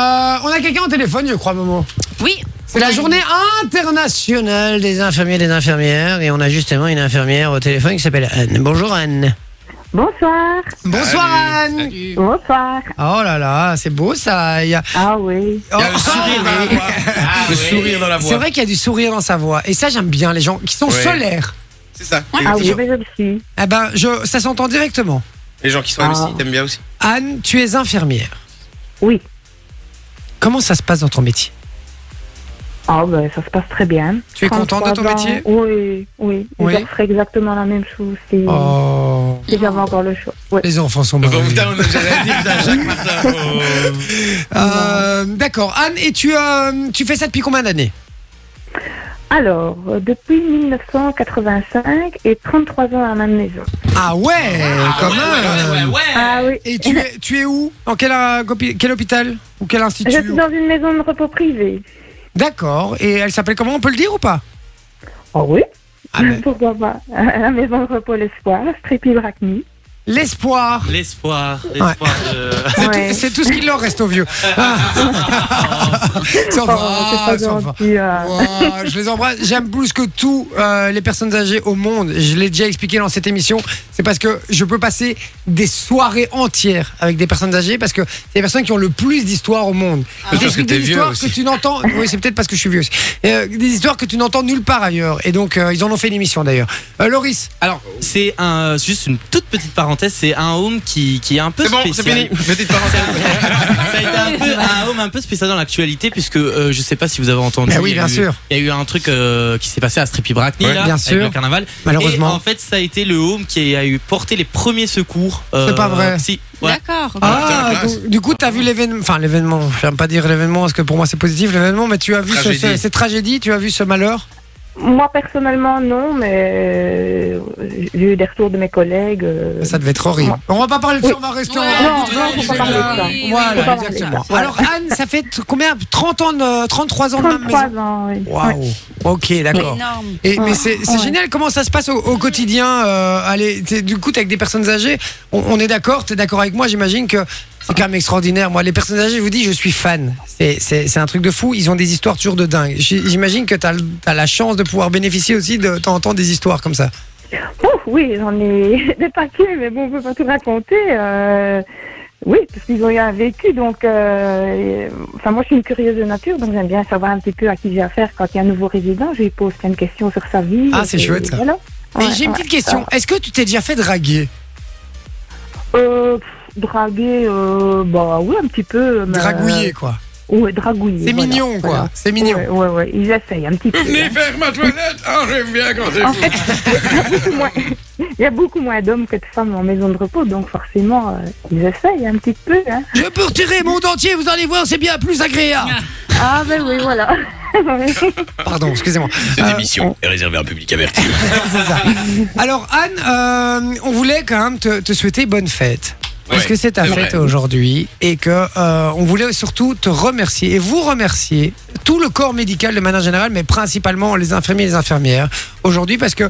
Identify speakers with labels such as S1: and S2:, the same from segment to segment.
S1: Euh, on a quelqu'un au téléphone, je crois, Momo.
S2: Oui.
S1: C'est la journée internationale des infirmiers et des infirmières. Et on a justement une infirmière au téléphone qui s'appelle Anne. Bonjour Anne.
S3: Bonsoir.
S1: Bonsoir Anne.
S3: Bonsoir.
S1: Oh là là, c'est beau ça. Il y a...
S3: Ah oui.
S1: Oh, Ah
S4: Il y a le sourire dans la voix. le sourire dans la
S1: C'est
S4: voix.
S1: vrai qu'il y a du sourire dans sa voix. Et ça, j'aime bien les gens qui sont
S4: Ouais.
S1: solaires.
S4: C'est ça.
S3: Ah
S4: les,
S3: oui,
S4: gens,
S3: mais je le suis.
S1: Eh ben, je... ça s'entend directement.
S4: les gens qui sont
S3: Ah.
S4: aussi, t'aimes bien aussi.
S1: Anne, tu es infirmière.
S3: Oui.
S1: Comment ça se passe dans ton métier
S3: Ah ben, ça se passe très bien.
S1: Tu es contente de ton
S3: 33 ans.
S1: métier
S3: Oui, oui.
S1: Oui.
S3: Je ferais exactement la même chose si,
S1: Oh,
S3: si j'avais encore le choix. Oui.
S1: les enfants sont
S4: Donc,
S1: merveilleux.
S4: putain, on a déjà dit, putain, Jacques Martin. oh.
S1: Euh, D'accord. Anne, et tu, euh, tu fais ça depuis combien d'années
S3: Alors, euh, depuis 1985 et 33 ans à la maison.
S1: Ah ouais, quand même.
S3: Ah oui.
S1: Et tu es, tu es où Dans quel, euh, gopi- quel hôpital Ou quel
S3: Je
S1: institut
S3: suis dans une maison de repos privée.
S1: D'accord. Et elle s'appelle comment On peut le dire ou pas
S3: Ah oui
S1: Ah ben.
S3: Pourquoi pas La maison de repos l'espoir, Stripy-Bracny.
S1: L'espoir.
S5: L'espoir, l'espoir de.
S1: C'est
S3: Ouais.
S1: tout- c'est tout, ce qu'il leur reste aux vieux. Ah. ça
S3: Oh,
S1: va,
S3: c'est pas
S1: ça va.
S3: gentil. hein.
S1: Ouah, je les embrasse. J'aime plus que tout euh, les personnes âgées au monde. Je l'ai déjà expliqué dans cette émission. C'est parce que je peux passer des soirées entières avec des personnes âgées parce que c'est les personnes qui ont le plus d'histoires au monde. Et
S4: Ah. Parce que
S1: t'expliques
S4: t'es
S1: des
S4: vieux
S1: histoires
S4: aussi.
S1: que tu n'entends. Oui, c'est peut-être parce que je suis vieux. aussi. Et, euh, des histoires que tu n'entends nulle part ailleurs. Et donc euh, ils en ont fait une émission d'ailleurs. Euh, Loris,
S5: Alors, c'est un, juste une toute petite parenthèse, c'est un home qui, qui est un peu
S4: C'est bon, c'est fini.
S5: spécial.
S4: Petite parenthèse.
S5: Ça a été un, peu, un home un peu spécial dans l'actualité, puisque euh, je sais pas si vous avez entendu.
S1: Ben oui,
S5: il y a
S1: bien
S5: eu-
S1: sûr.
S5: Il y a eu un truc euh, qui s'est passé à Stripy Brackney,
S4: Ouais,
S5: là,
S1: bien
S5: avec
S1: sûr.
S5: le carnaval. Et en
S1: malheureusement.
S5: fait, ça a été le home qui a eu porté les premiers secours. euh,
S1: C'est pas vrai.
S5: Si, ouais.
S2: D'accord.
S1: Ah,
S4: Putain, la classe.
S1: donc, du coup, t'as vu l'événement, enfin l'événement, j'aime pas dire l'événement parce que pour moi c'est positif l'événement, mais tu as vu ce-
S4: Tragédie.
S1: ce- cette tragédie, tu as vu ce malheur
S3: Moi, personnellement, non, mais euh, j'ai eu des retours de mes collègues. euh,
S1: Ça devait être horrible. On va pas parler de ça,
S3: Oui.
S1: on va rester
S2: Ouais,
S1: en-
S2: non,
S1: en
S2: non,
S1: bout de
S3: faut pas
S1: vingt,
S3: parler de
S1: voilà.
S3: ça.
S2: Oui,
S3: oui,
S1: Voilà,
S3: oui.
S1: exactement.
S3: Voilà.
S1: Alors Anne, ça fait t- combien 30 ans, de- 33 ans de même
S3: 33
S1: maison.
S3: ans, oui. Ouais.
S1: Waouh. Ok, d'accord.
S2: Énorme.
S1: Et, mais
S3: Ouais.
S1: c'est c'est
S3: Ouais.
S1: génial comment ça se passe au, au quotidien. euh, allez, t'es- du coup, t'es avec des personnes âgées. On, on est d'accord, t'es d'accord avec moi. J'imagine que c'est quand même extraordinaire. Moi, les personnes âgées, je vous dis, je suis fan. C'est- C'est c'est un truc de fou. Ils ont des histoires toujours de dingue. J'- J'imagine que t'as as la chance de pouvoir bénéficier aussi de temps en temps des histoires comme ça.
S3: Ouf, oui, j'en ai des paquets, mais bon, on peut pas tout raconter. euh, oui, parce qu'ils ont eu un vécu, donc... euh, et- Enfin, moi, je suis une curieuse de nature, donc j'aime bien savoir un petit peu à qui j'ai affaire quand il y a un nouveau résident. Je lui pose plein de questions sur sa vie.
S1: Ah, c'est
S3: et
S1: chouette, ça.
S3: voilà.
S1: Et
S3: Ouais,
S1: j'ai une
S3: ouais.
S1: petite question. Est-ce que tu t'es déjà fait draguer
S3: Euh, pff, draguer, euh, bah oui, un petit peu. mais,
S1: Dragouiller, quoi.
S3: euh, ouais, dragouiller.
S1: C'est
S3: voilà,
S1: mignon, quoi.
S3: voilà.
S1: C'est mignon.
S3: Ouais, ouais, ouais, ils essayent un petit peu. hein.
S4: Venez faire ma toilette. Ah, j'aime bien quand c'est
S3: En
S4: vous.
S3: fait, il y a beaucoup moins- il y a beaucoup moins d'hommes que de femmes en maison de repos, donc forcément, euh, ils essayent un petit peu. Hein.
S1: Je peux retirer mon dentier, vous allez voir, c'est bien plus agréable.
S3: Ah ben oui, voilà.
S1: Pardon, excusez-moi.
S4: Cette
S1: Euh,
S4: émission est réservée à un public averti.
S1: Alors, Anne, euh, on voulait quand même te, te souhaiter bonne fête. Parce
S4: Ouais,
S1: que c'est ta
S4: c'est
S1: fête
S4: vrai.
S1: aujourd'hui et que euh, on voulait surtout te remercier et vous remercier tout le corps médical de manière générale, mais principalement les infirmiers et les infirmières aujourd'hui parce que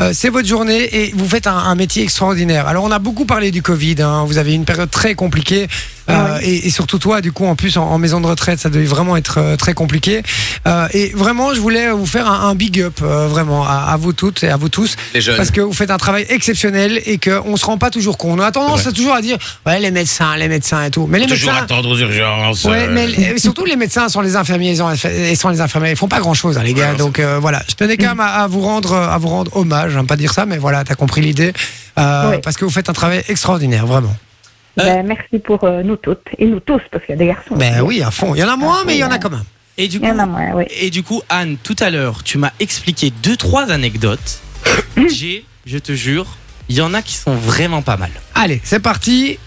S1: euh, c'est votre journée et vous faites un, un métier extraordinaire. Alors on a beaucoup parlé du Covid, hein, vous avez eu une période très compliquée euh, et, et surtout toi, du coup en plus en, en maison de retraite, ça devait vraiment être euh, très compliqué. Euh, et vraiment, je voulais vous faire un, un big up euh, vraiment à- à vous toutes et à vous tous
S4: Les jeunes.
S1: parce que vous faites un travail exceptionnel et qu'on se rend pas toujours compte. On a tendance
S4: Ouais.
S1: à toujours à dire ouais les médecins, les médecins et tout. Mais les
S4: Toujours
S1: médecins.
S4: attendre aux urgences.
S1: Ouais,
S4: euh,
S1: mais les- surtout les médecins sont les infirmiers ils ont- et sont les infirmières. Ils font pas grand chose, les gars.
S4: Ouais,
S1: donc euh, voilà, je tenais quand
S4: Mm.
S1: même à, à vous rendre à vous rendre hommage. J'aime pas dire ça, mais voilà, t'as compris l'idée Euh,
S3: Ouais.
S1: parce que vous faites un travail extraordinaire, vraiment.
S3: Ben, merci pour euh, nous toutes et nous tous, parce qu'il y a des garçons.
S1: Ben oui, à fond. Il y en a moins, mais il y en a
S3: ouais.
S1: quand même.
S5: Et du
S3: Il
S5: coup,
S3: y en a moins, oui.
S5: Et du coup, Anne, tout à l'heure, tu m'as expliqué deux, trois anecdotes. J'ai, je te jure, il y en a qui sont vraiment pas mal.
S1: Allez, c'est parti.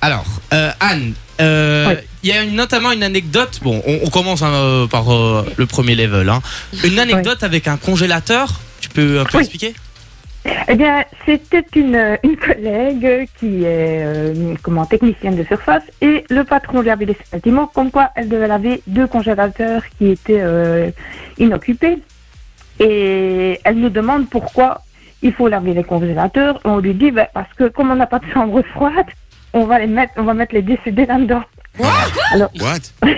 S5: Alors, euh, Anne, euh,
S3: Oui.
S5: il y a une- notamment une anecdote. Bon, on, on commence hein, euh, par euh, le premier level. hein. Une anecdote avec un congélateur. Tu peux un peu
S3: Oui.
S5: expliquer
S3: Eh bien, c'était une, une collègue qui est euh, comment, technicienne de surface et le patron lui avait laissé le bâtiment comme quoi elle devait laver deux congélateurs qui étaient euh, inoccupés. Et elle nous demande pourquoi il faut laver les congélateurs. On lui dit ben, parce que comme on n'a pas de chambre froide, on va les mettre, on va mettre les décédés là-dedans.
S4: What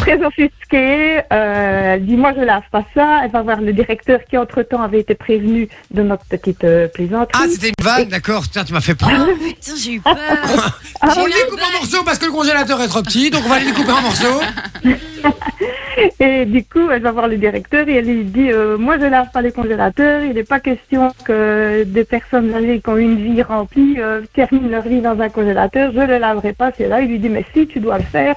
S3: Très offusquée, euh, elle dit moi je lave pas ça. Elle va voir le directeur qui entre temps avait été prévenu de notre petite euh, plaisanterie.
S1: Ah, c'était une vanne, d'accord. Putain, tu m'as fait peur.
S2: Oh, Putain, j'ai eu peur.
S3: Ah,
S1: On le découpe en morceaux parce que le congélateur est trop petit, donc on va le découper en morceaux.
S3: Et du coup, elle va voir le directeur et elle lui dit euh, Moi, je lave pas les congélateurs. Il n'est pas question que des personnes âgées qui ont une vie remplie euh, terminent leur vie dans un congélateur. Je le laverai pas. C'est là. Il lui dit Mais si, tu dois le faire.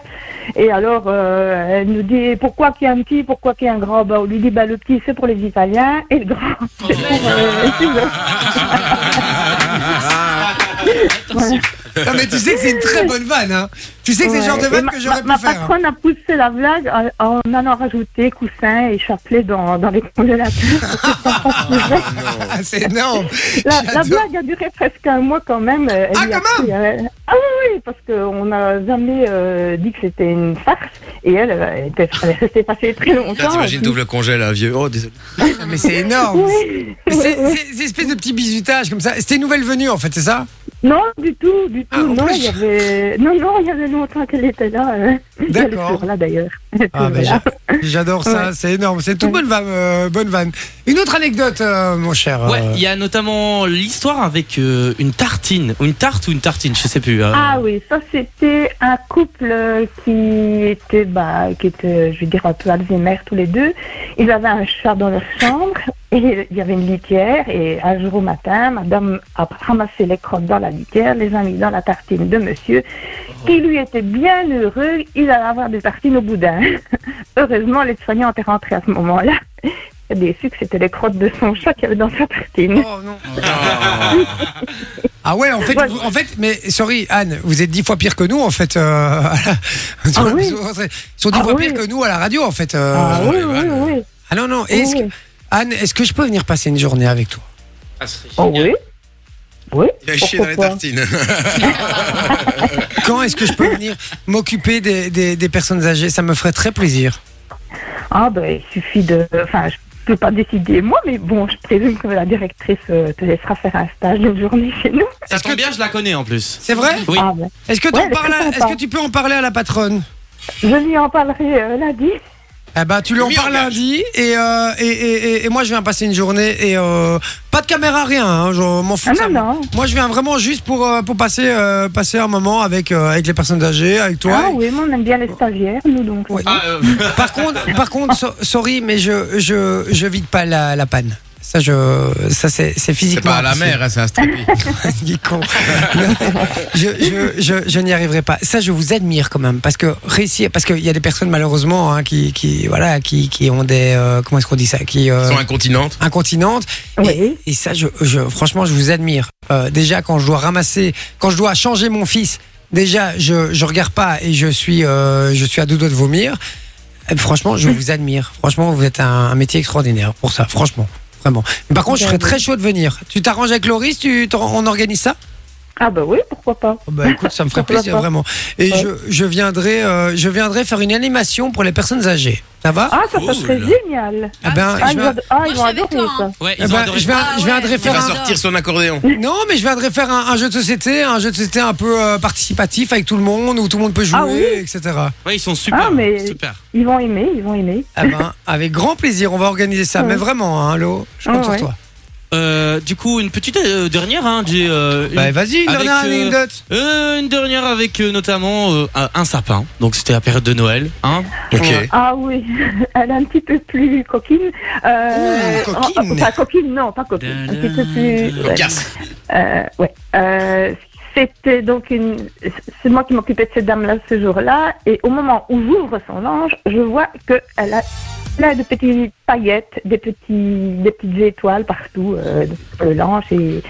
S3: Et alors, euh, elle nous dit Pourquoi qu'il y a un petit Pourquoi qu'il y a un grand bah, On lui dit bah, Le petit, c'est pour les Italiens et le grand, c'est pour euh, les Chinois.
S1: Non, mais tu sais que c'est une très bonne vanne. Hein. Tu sais que c'est le genre de
S3: Ouais. Et
S1: vanne
S3: ma-
S1: que j'aurais
S3: ma,
S1: pu
S3: ma
S1: faire.
S3: patronne a poussé la blague en, en allant rajouter coussins et chapelets dans, dans les congélateurs.
S1: Ah, c'est énorme.
S3: La, la
S1: J'adore.
S3: blague a duré presque un mois quand même. euh, elle
S1: Ah,
S3: y a
S1: quand
S3: pris, euh, ah oui, oui, parce qu'on n'a jamais euh, dit que c'était une farce. Et elle, euh, elle était, elle est restée passée très
S4: Putain,
S3: longtemps.
S4: T'imagines, t'ouvres le congé là, vieux. Oh, désolé.
S1: Non, Ah, mais c'est énorme.
S3: Oui,
S1: C'est
S3: oui, oui.
S1: une espèce de petit bizutage comme ça. C'était une nouvelle venue en fait, c'est ça
S3: Non, du tout, du tout.
S1: Ah, en
S3: non,
S1: plus.
S3: il y avait... non, non, il y avait longtemps qu'elle était là. euh, et Elle est
S1: D'accord.
S3: toujours là d'ailleurs.
S1: Ah, bah,
S3: Voilà.
S1: j'a- J'adore ça, c'est énorme. C'est une toute bonne vanne, euh, bonne vanne. Une autre anecdote, euh, mon cher.
S5: Ouais,
S1: euh,
S5: il y a notamment l'histoire avec euh, une tartine, ou une tarte ou une tartine, je sais plus. euh.
S3: Ah oui, ça c'était un couple euh, qui était, bah, qui était, je veux dire, un peu Alzheimer tous les deux. Ils avaient un chat dans leur chambre et il y avait une litière et un jour au matin, madame a ramassé les crottes dans la litière, les a mis dans la tartine de monsieur qui lui était bien heureux, il allait avoir des tartines au boudin. Heureusement, l'aide soignante est rentrée à ce moment-là. Elle a déçu que c'était les crottes de son chat qu'il y avait dans sa tartine.
S1: oh, non. Ah ouais, en fait,
S3: Ouais.
S1: vous- en fait, mais sorry Anne, vous êtes dix fois pire que nous en fait. euh, à la-
S3: Ah oui.
S1: Ils sont dix
S3: Ah
S1: fois
S3: oui.
S1: pire que nous à la radio en fait. euh.
S3: Ah oui, oui, oui.
S1: Ah non non. Est-ce que-
S3: oui.
S1: Anne, est-ce que je peux venir passer une journée avec toi
S3: Oh oui. Oui.
S4: Il a chié dans
S3: pourquoi
S4: les
S3: pas.
S4: tartines.
S1: Quand est-ce que je peux venir m'occuper des, des- des personnes âgées Ça me ferait très plaisir.
S3: Ah ben il suffit de... Enfin, je peux pas décider moi, mais bon, je présume que la directrice euh, te laissera faire un stage d'une journée chez nous.
S5: Ça tombe bien, je la connais en plus.
S1: C'est vrai
S5: Oui.
S3: Ah, ben,
S1: Est-ce que,
S3: Ouais,
S1: t'en
S3: elle est
S1: parles
S3: très
S1: à- est-ce
S3: sympa.
S1: que tu peux en parler à la patronne
S3: je lui en parlerai euh, lundi.
S1: Eh ben, tu lui en
S4: Oui,
S1: parles
S4: engage.
S1: lundi et, euh, et, et, et- et moi je viens passer une journée et euh, pas de caméra, rien, hein, je m'en fous.
S3: Ah
S1: de ça,
S3: non,
S1: moi.
S3: non.
S1: Moi je viens vraiment juste pour, euh, pour passer, euh, passer un moment avec, euh, avec les personnes âgées, avec toi. Oh.
S3: Ah oui, moi on aime bien les stagiaires, nous donc.
S1: Ouais.
S5: Ah, euh,
S3: Eh
S1: Par contre, par contre so- sorry, mais je, je, je vide pas la, la panne. Ça, je, ça c'est, c'est
S4: C'est
S1: physiquement.
S4: pas à la
S1: impossible.
S4: mer, hein, c'est un stripy.
S1: Il est con. Non, je je, je, je n'y arriverai pas. Ça, je vous admire quand même, parce que réussir, parce qu'il y a des personnes malheureusement hein, qui, qui, voilà, qui, qui ont des, euh, comment est-ce qu'on dit ça, qui euh,
S4: Ils sont incontinentes.
S1: incontinente.
S3: Oui.
S1: Et ça, je, je- franchement, je vous admire. Euh, déjà, quand je dois ramasser, quand je dois changer mon fils, déjà, je, je regarde pas et je suis, euh, je suis à deux doigts de vomir. Euh, Franchement, je vous admire. Franchement, vous êtes un, un métier extraordinaire pour ça. Franchement, vraiment. Mais par contre, je serais
S3: Merci.
S1: très chaud de venir. Tu t'arranges avec Loris, tu, t'en- on organise ça
S3: Ah ben oui, pourquoi pas.
S1: Oh, Bah écoute, ça me ferait
S3: Pourquoi
S1: plaisir
S3: pas.
S1: vraiment. Et
S3: Ouais.
S1: je, je viendrai, euh, je viendrai faire une animation pour les personnes âgées. Ça va
S3: Ah, ça, ça serait
S4: Cool.
S3: génial.
S1: Eh ben,
S3: Ah,
S1: je
S3: ils,
S1: vais-
S3: ad- ah, ils
S2: Moi,
S3: vont
S2: je suis avec
S3: adorer
S2: toi,
S3: ça.
S2: hein.
S5: ouais,
S1: eh
S5: ils ont
S1: ben,
S5: adoré.
S1: je vais,
S2: Ah
S1: je vais
S2: ouais,
S1: viendrai
S4: Il
S1: faire
S4: va
S1: un,
S4: sortir son accordéon.
S1: Non, mais je viendrai faire un, un jeu de société, un jeu de société un peu euh, participatif avec tout le monde, où tout le monde peut jouer,
S3: Ah oui
S1: etc.
S5: Ouais, ils sont super. hein,
S3: Ah, mais-
S5: super.
S3: Ils vont aimer, ils vont aimer.
S1: Ah ben, avec grand plaisir, on va organiser ça.
S3: Ouais.
S1: Mais vraiment, hein, Lo, je
S3: Ah
S1: compte
S3: ouais.
S1: sur toi.
S5: Euh, du coup, une petite euh, dernière, hein, j'ai, euh, une-
S1: Bah, vas-y, une
S5: Avec,
S1: dernière
S5: euh,
S1: anecdote.
S5: Euh, une dernière avec euh, notamment euh, un- un sapin. Donc c'était la période de Noël, hein.
S4: Ok.
S3: Ah oui, elle est un petit peu plus coquine. Euh,
S1: Ouh, coquine.
S3: oh, oh, pas coquine, non, pas coquine. Un petit peu plus. ouais.
S4: Cocasse.
S3: Euh, ouais. Euh, c'était donc une. C'est moi qui m'occupais de cette dame-là ce jour-là. Et au moment où j'ouvre son linge, je vois qu'elle a plein de petites paillettes, des, petits, des petites étoiles partout euh, sur le linge. Et,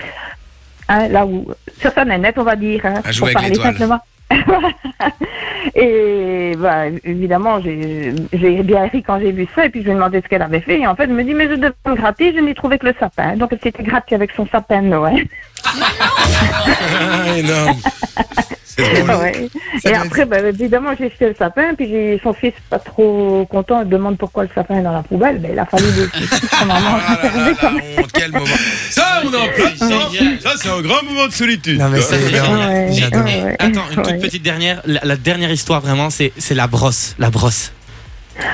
S3: hein, là où. Sur sa nanette, on va dire. Hein,
S4: À jouer
S3: pour
S4: avec
S3: parler
S4: l'étoile.
S3: simplement. et bah, évidemment, j'ai j'ai bien ri quand j'ai vu ça, et puis je lui ai demandé ce qu'elle avait fait, et en fait, elle me dit, mais je devais me gratter, je n'ai trouvé que le sapin. Donc, elle s'était grattée avec son sapin de Noël.
S4: Ah, énorme. C'est C'est drôle.
S3: Ouais.
S1: Ça
S3: Et
S1: doit
S3: après, bah, évidemment, j'ai jeté le sapin, puis j'ai- son fils, pas trop content, il demande pourquoi le sapin est dans la poubelle. Ben, il a fallu le son maman
S4: Ah là là là,
S3: conserver quand même.
S4: honte, quel moment.
S5: Ah,
S4: Ça, on est en plein dedans. Ça, c'est un grand moment de solitude.
S1: Non, mais c'est-
S5: c'est
S1: J'adore.
S5: génial.
S3: Ah, Ouais,
S5: J'adore.
S3: ouais, ouais.
S5: Attends, une toute
S3: Ouais.
S5: petite dernière. La, la dernière histoire, vraiment, c'est c'est la brosse. La brosse.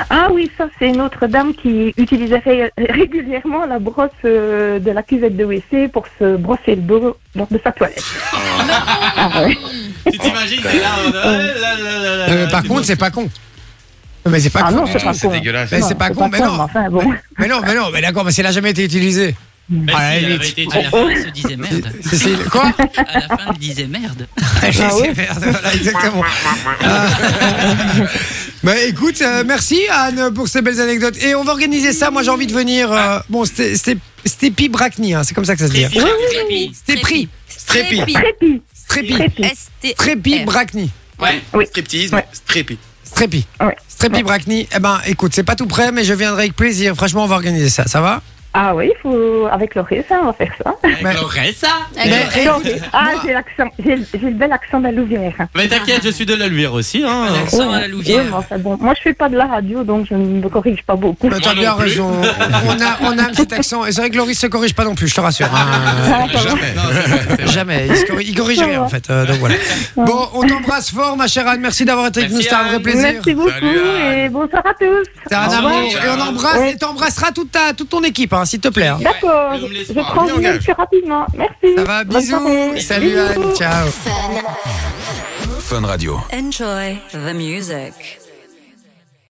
S3: Ah oui, ça, c'est une autre dame qui utilisait ré- régulièrement la brosse euh, de la cuvette de WC pour se brosser le dos lors de sa toilette. Ah ouais.
S5: Tu t'imagines t'es là, en mode, euh, là, là, là, là,
S1: Euh,
S5: là,
S1: par
S5: tu
S1: contre, c'est pas con. Non, Mais c'est pas
S3: Ah
S1: con.
S3: non,
S1: du
S3: c'est
S1: tout.
S3: pas
S4: C'est
S3: con.
S4: dégueulasse.
S1: Mais Ben, c'est pas con, mais non.
S3: mais enfin, bon.
S1: Mais non, mais non, mais d'accord, parce qu'elle a jamais été utilisée.
S5: Mais
S1: Ah,
S5: si, elle
S1: oui.
S5: avait été
S2: À la
S5: géniale.
S2: fin, il se disait merde.
S1: C'est- c'est- Quoi
S2: À la fin, il disait merde.
S1: Ah Merde, voilà, exactement. Ah. bah écoute, euh, merci Anne pour ces belles anecdotes. Et on va organiser ça. Moi j'ai envie de venir. euh,
S2: Ah.
S1: bon, c'était- c'était Stepi Bracni, hein, c'est comme ça que ça se dit.
S5: Stéphie,
S1: Stépri. Strépi.
S3: Trépi,
S1: Strepi.
S3: trépi.
S1: Strepi Bracni.
S5: Ouais.
S3: Oui.
S4: Sceptisme,
S3: Ouais.
S4: strépit.
S1: Strepi.
S3: Ah Ouais.
S1: Strepi Bracni. Eh ben écoute, c'est pas tout prêt, mais je viendrai avec plaisir. Franchement, on va organiser ça. Ça va
S3: Ah oui, faut... avec Laurie, ça, on va faire ça.
S1: Mais-
S5: Avec Laurel, ça.
S2: Avec
S1: Mais-
S2: Laurel.
S1: écoute,
S3: Ah,
S1: moi-
S3: j'ai l'accent, j'ai le j'ai le bel accent de la Louvière.
S5: Mais t'inquiète, je suis de la Luire aussi. Hein.
S2: L'accent à la Louvière.
S3: Oui, mais enfin bon, moi je fais pas de la radio, donc je ne me corrige pas beaucoup.
S1: Bah, T'as
S5: Moi
S1: bien
S5: non plus.
S1: raison. On a, on a un petit accent. Et c'est vrai que Loris se corrige pas non plus, je te rassure. hein.
S3: Ah, ça va.
S4: Jamais.
S5: Non, c'est vrai, c'est vrai.
S1: Jamais, il, se corri- il corrige rien en fait. Euh, donc voilà. Bon, on t'embrasse fort, ma chère Anne. Merci d'avoir été avec
S5: Merci,
S1: nous, c'était un vrai
S5: Anne.
S1: plaisir.
S3: Merci beaucoup
S4: Salut, Anne.
S3: et bonsoir à tous.
S1: T'es un
S5: Au
S1: amour.
S5: revoir.
S1: Et on embrasse
S3: Ouais.
S1: et t'embrasseras toute, ta, toute ton équipe, hein, s'il te plaît. hein.
S3: D'accord,
S5: Ouais, nous, on me laisse
S3: je
S5: pas.
S3: prends
S4: On
S3: une
S4: engage.
S3: plus rapidement. Merci.
S1: Ça va,
S3: Bonne
S1: bisous.
S3: soirée.
S1: Salut
S3: Bisous.
S1: Anne, ciao.
S6: Fun Radio.
S7: Enjoy the music.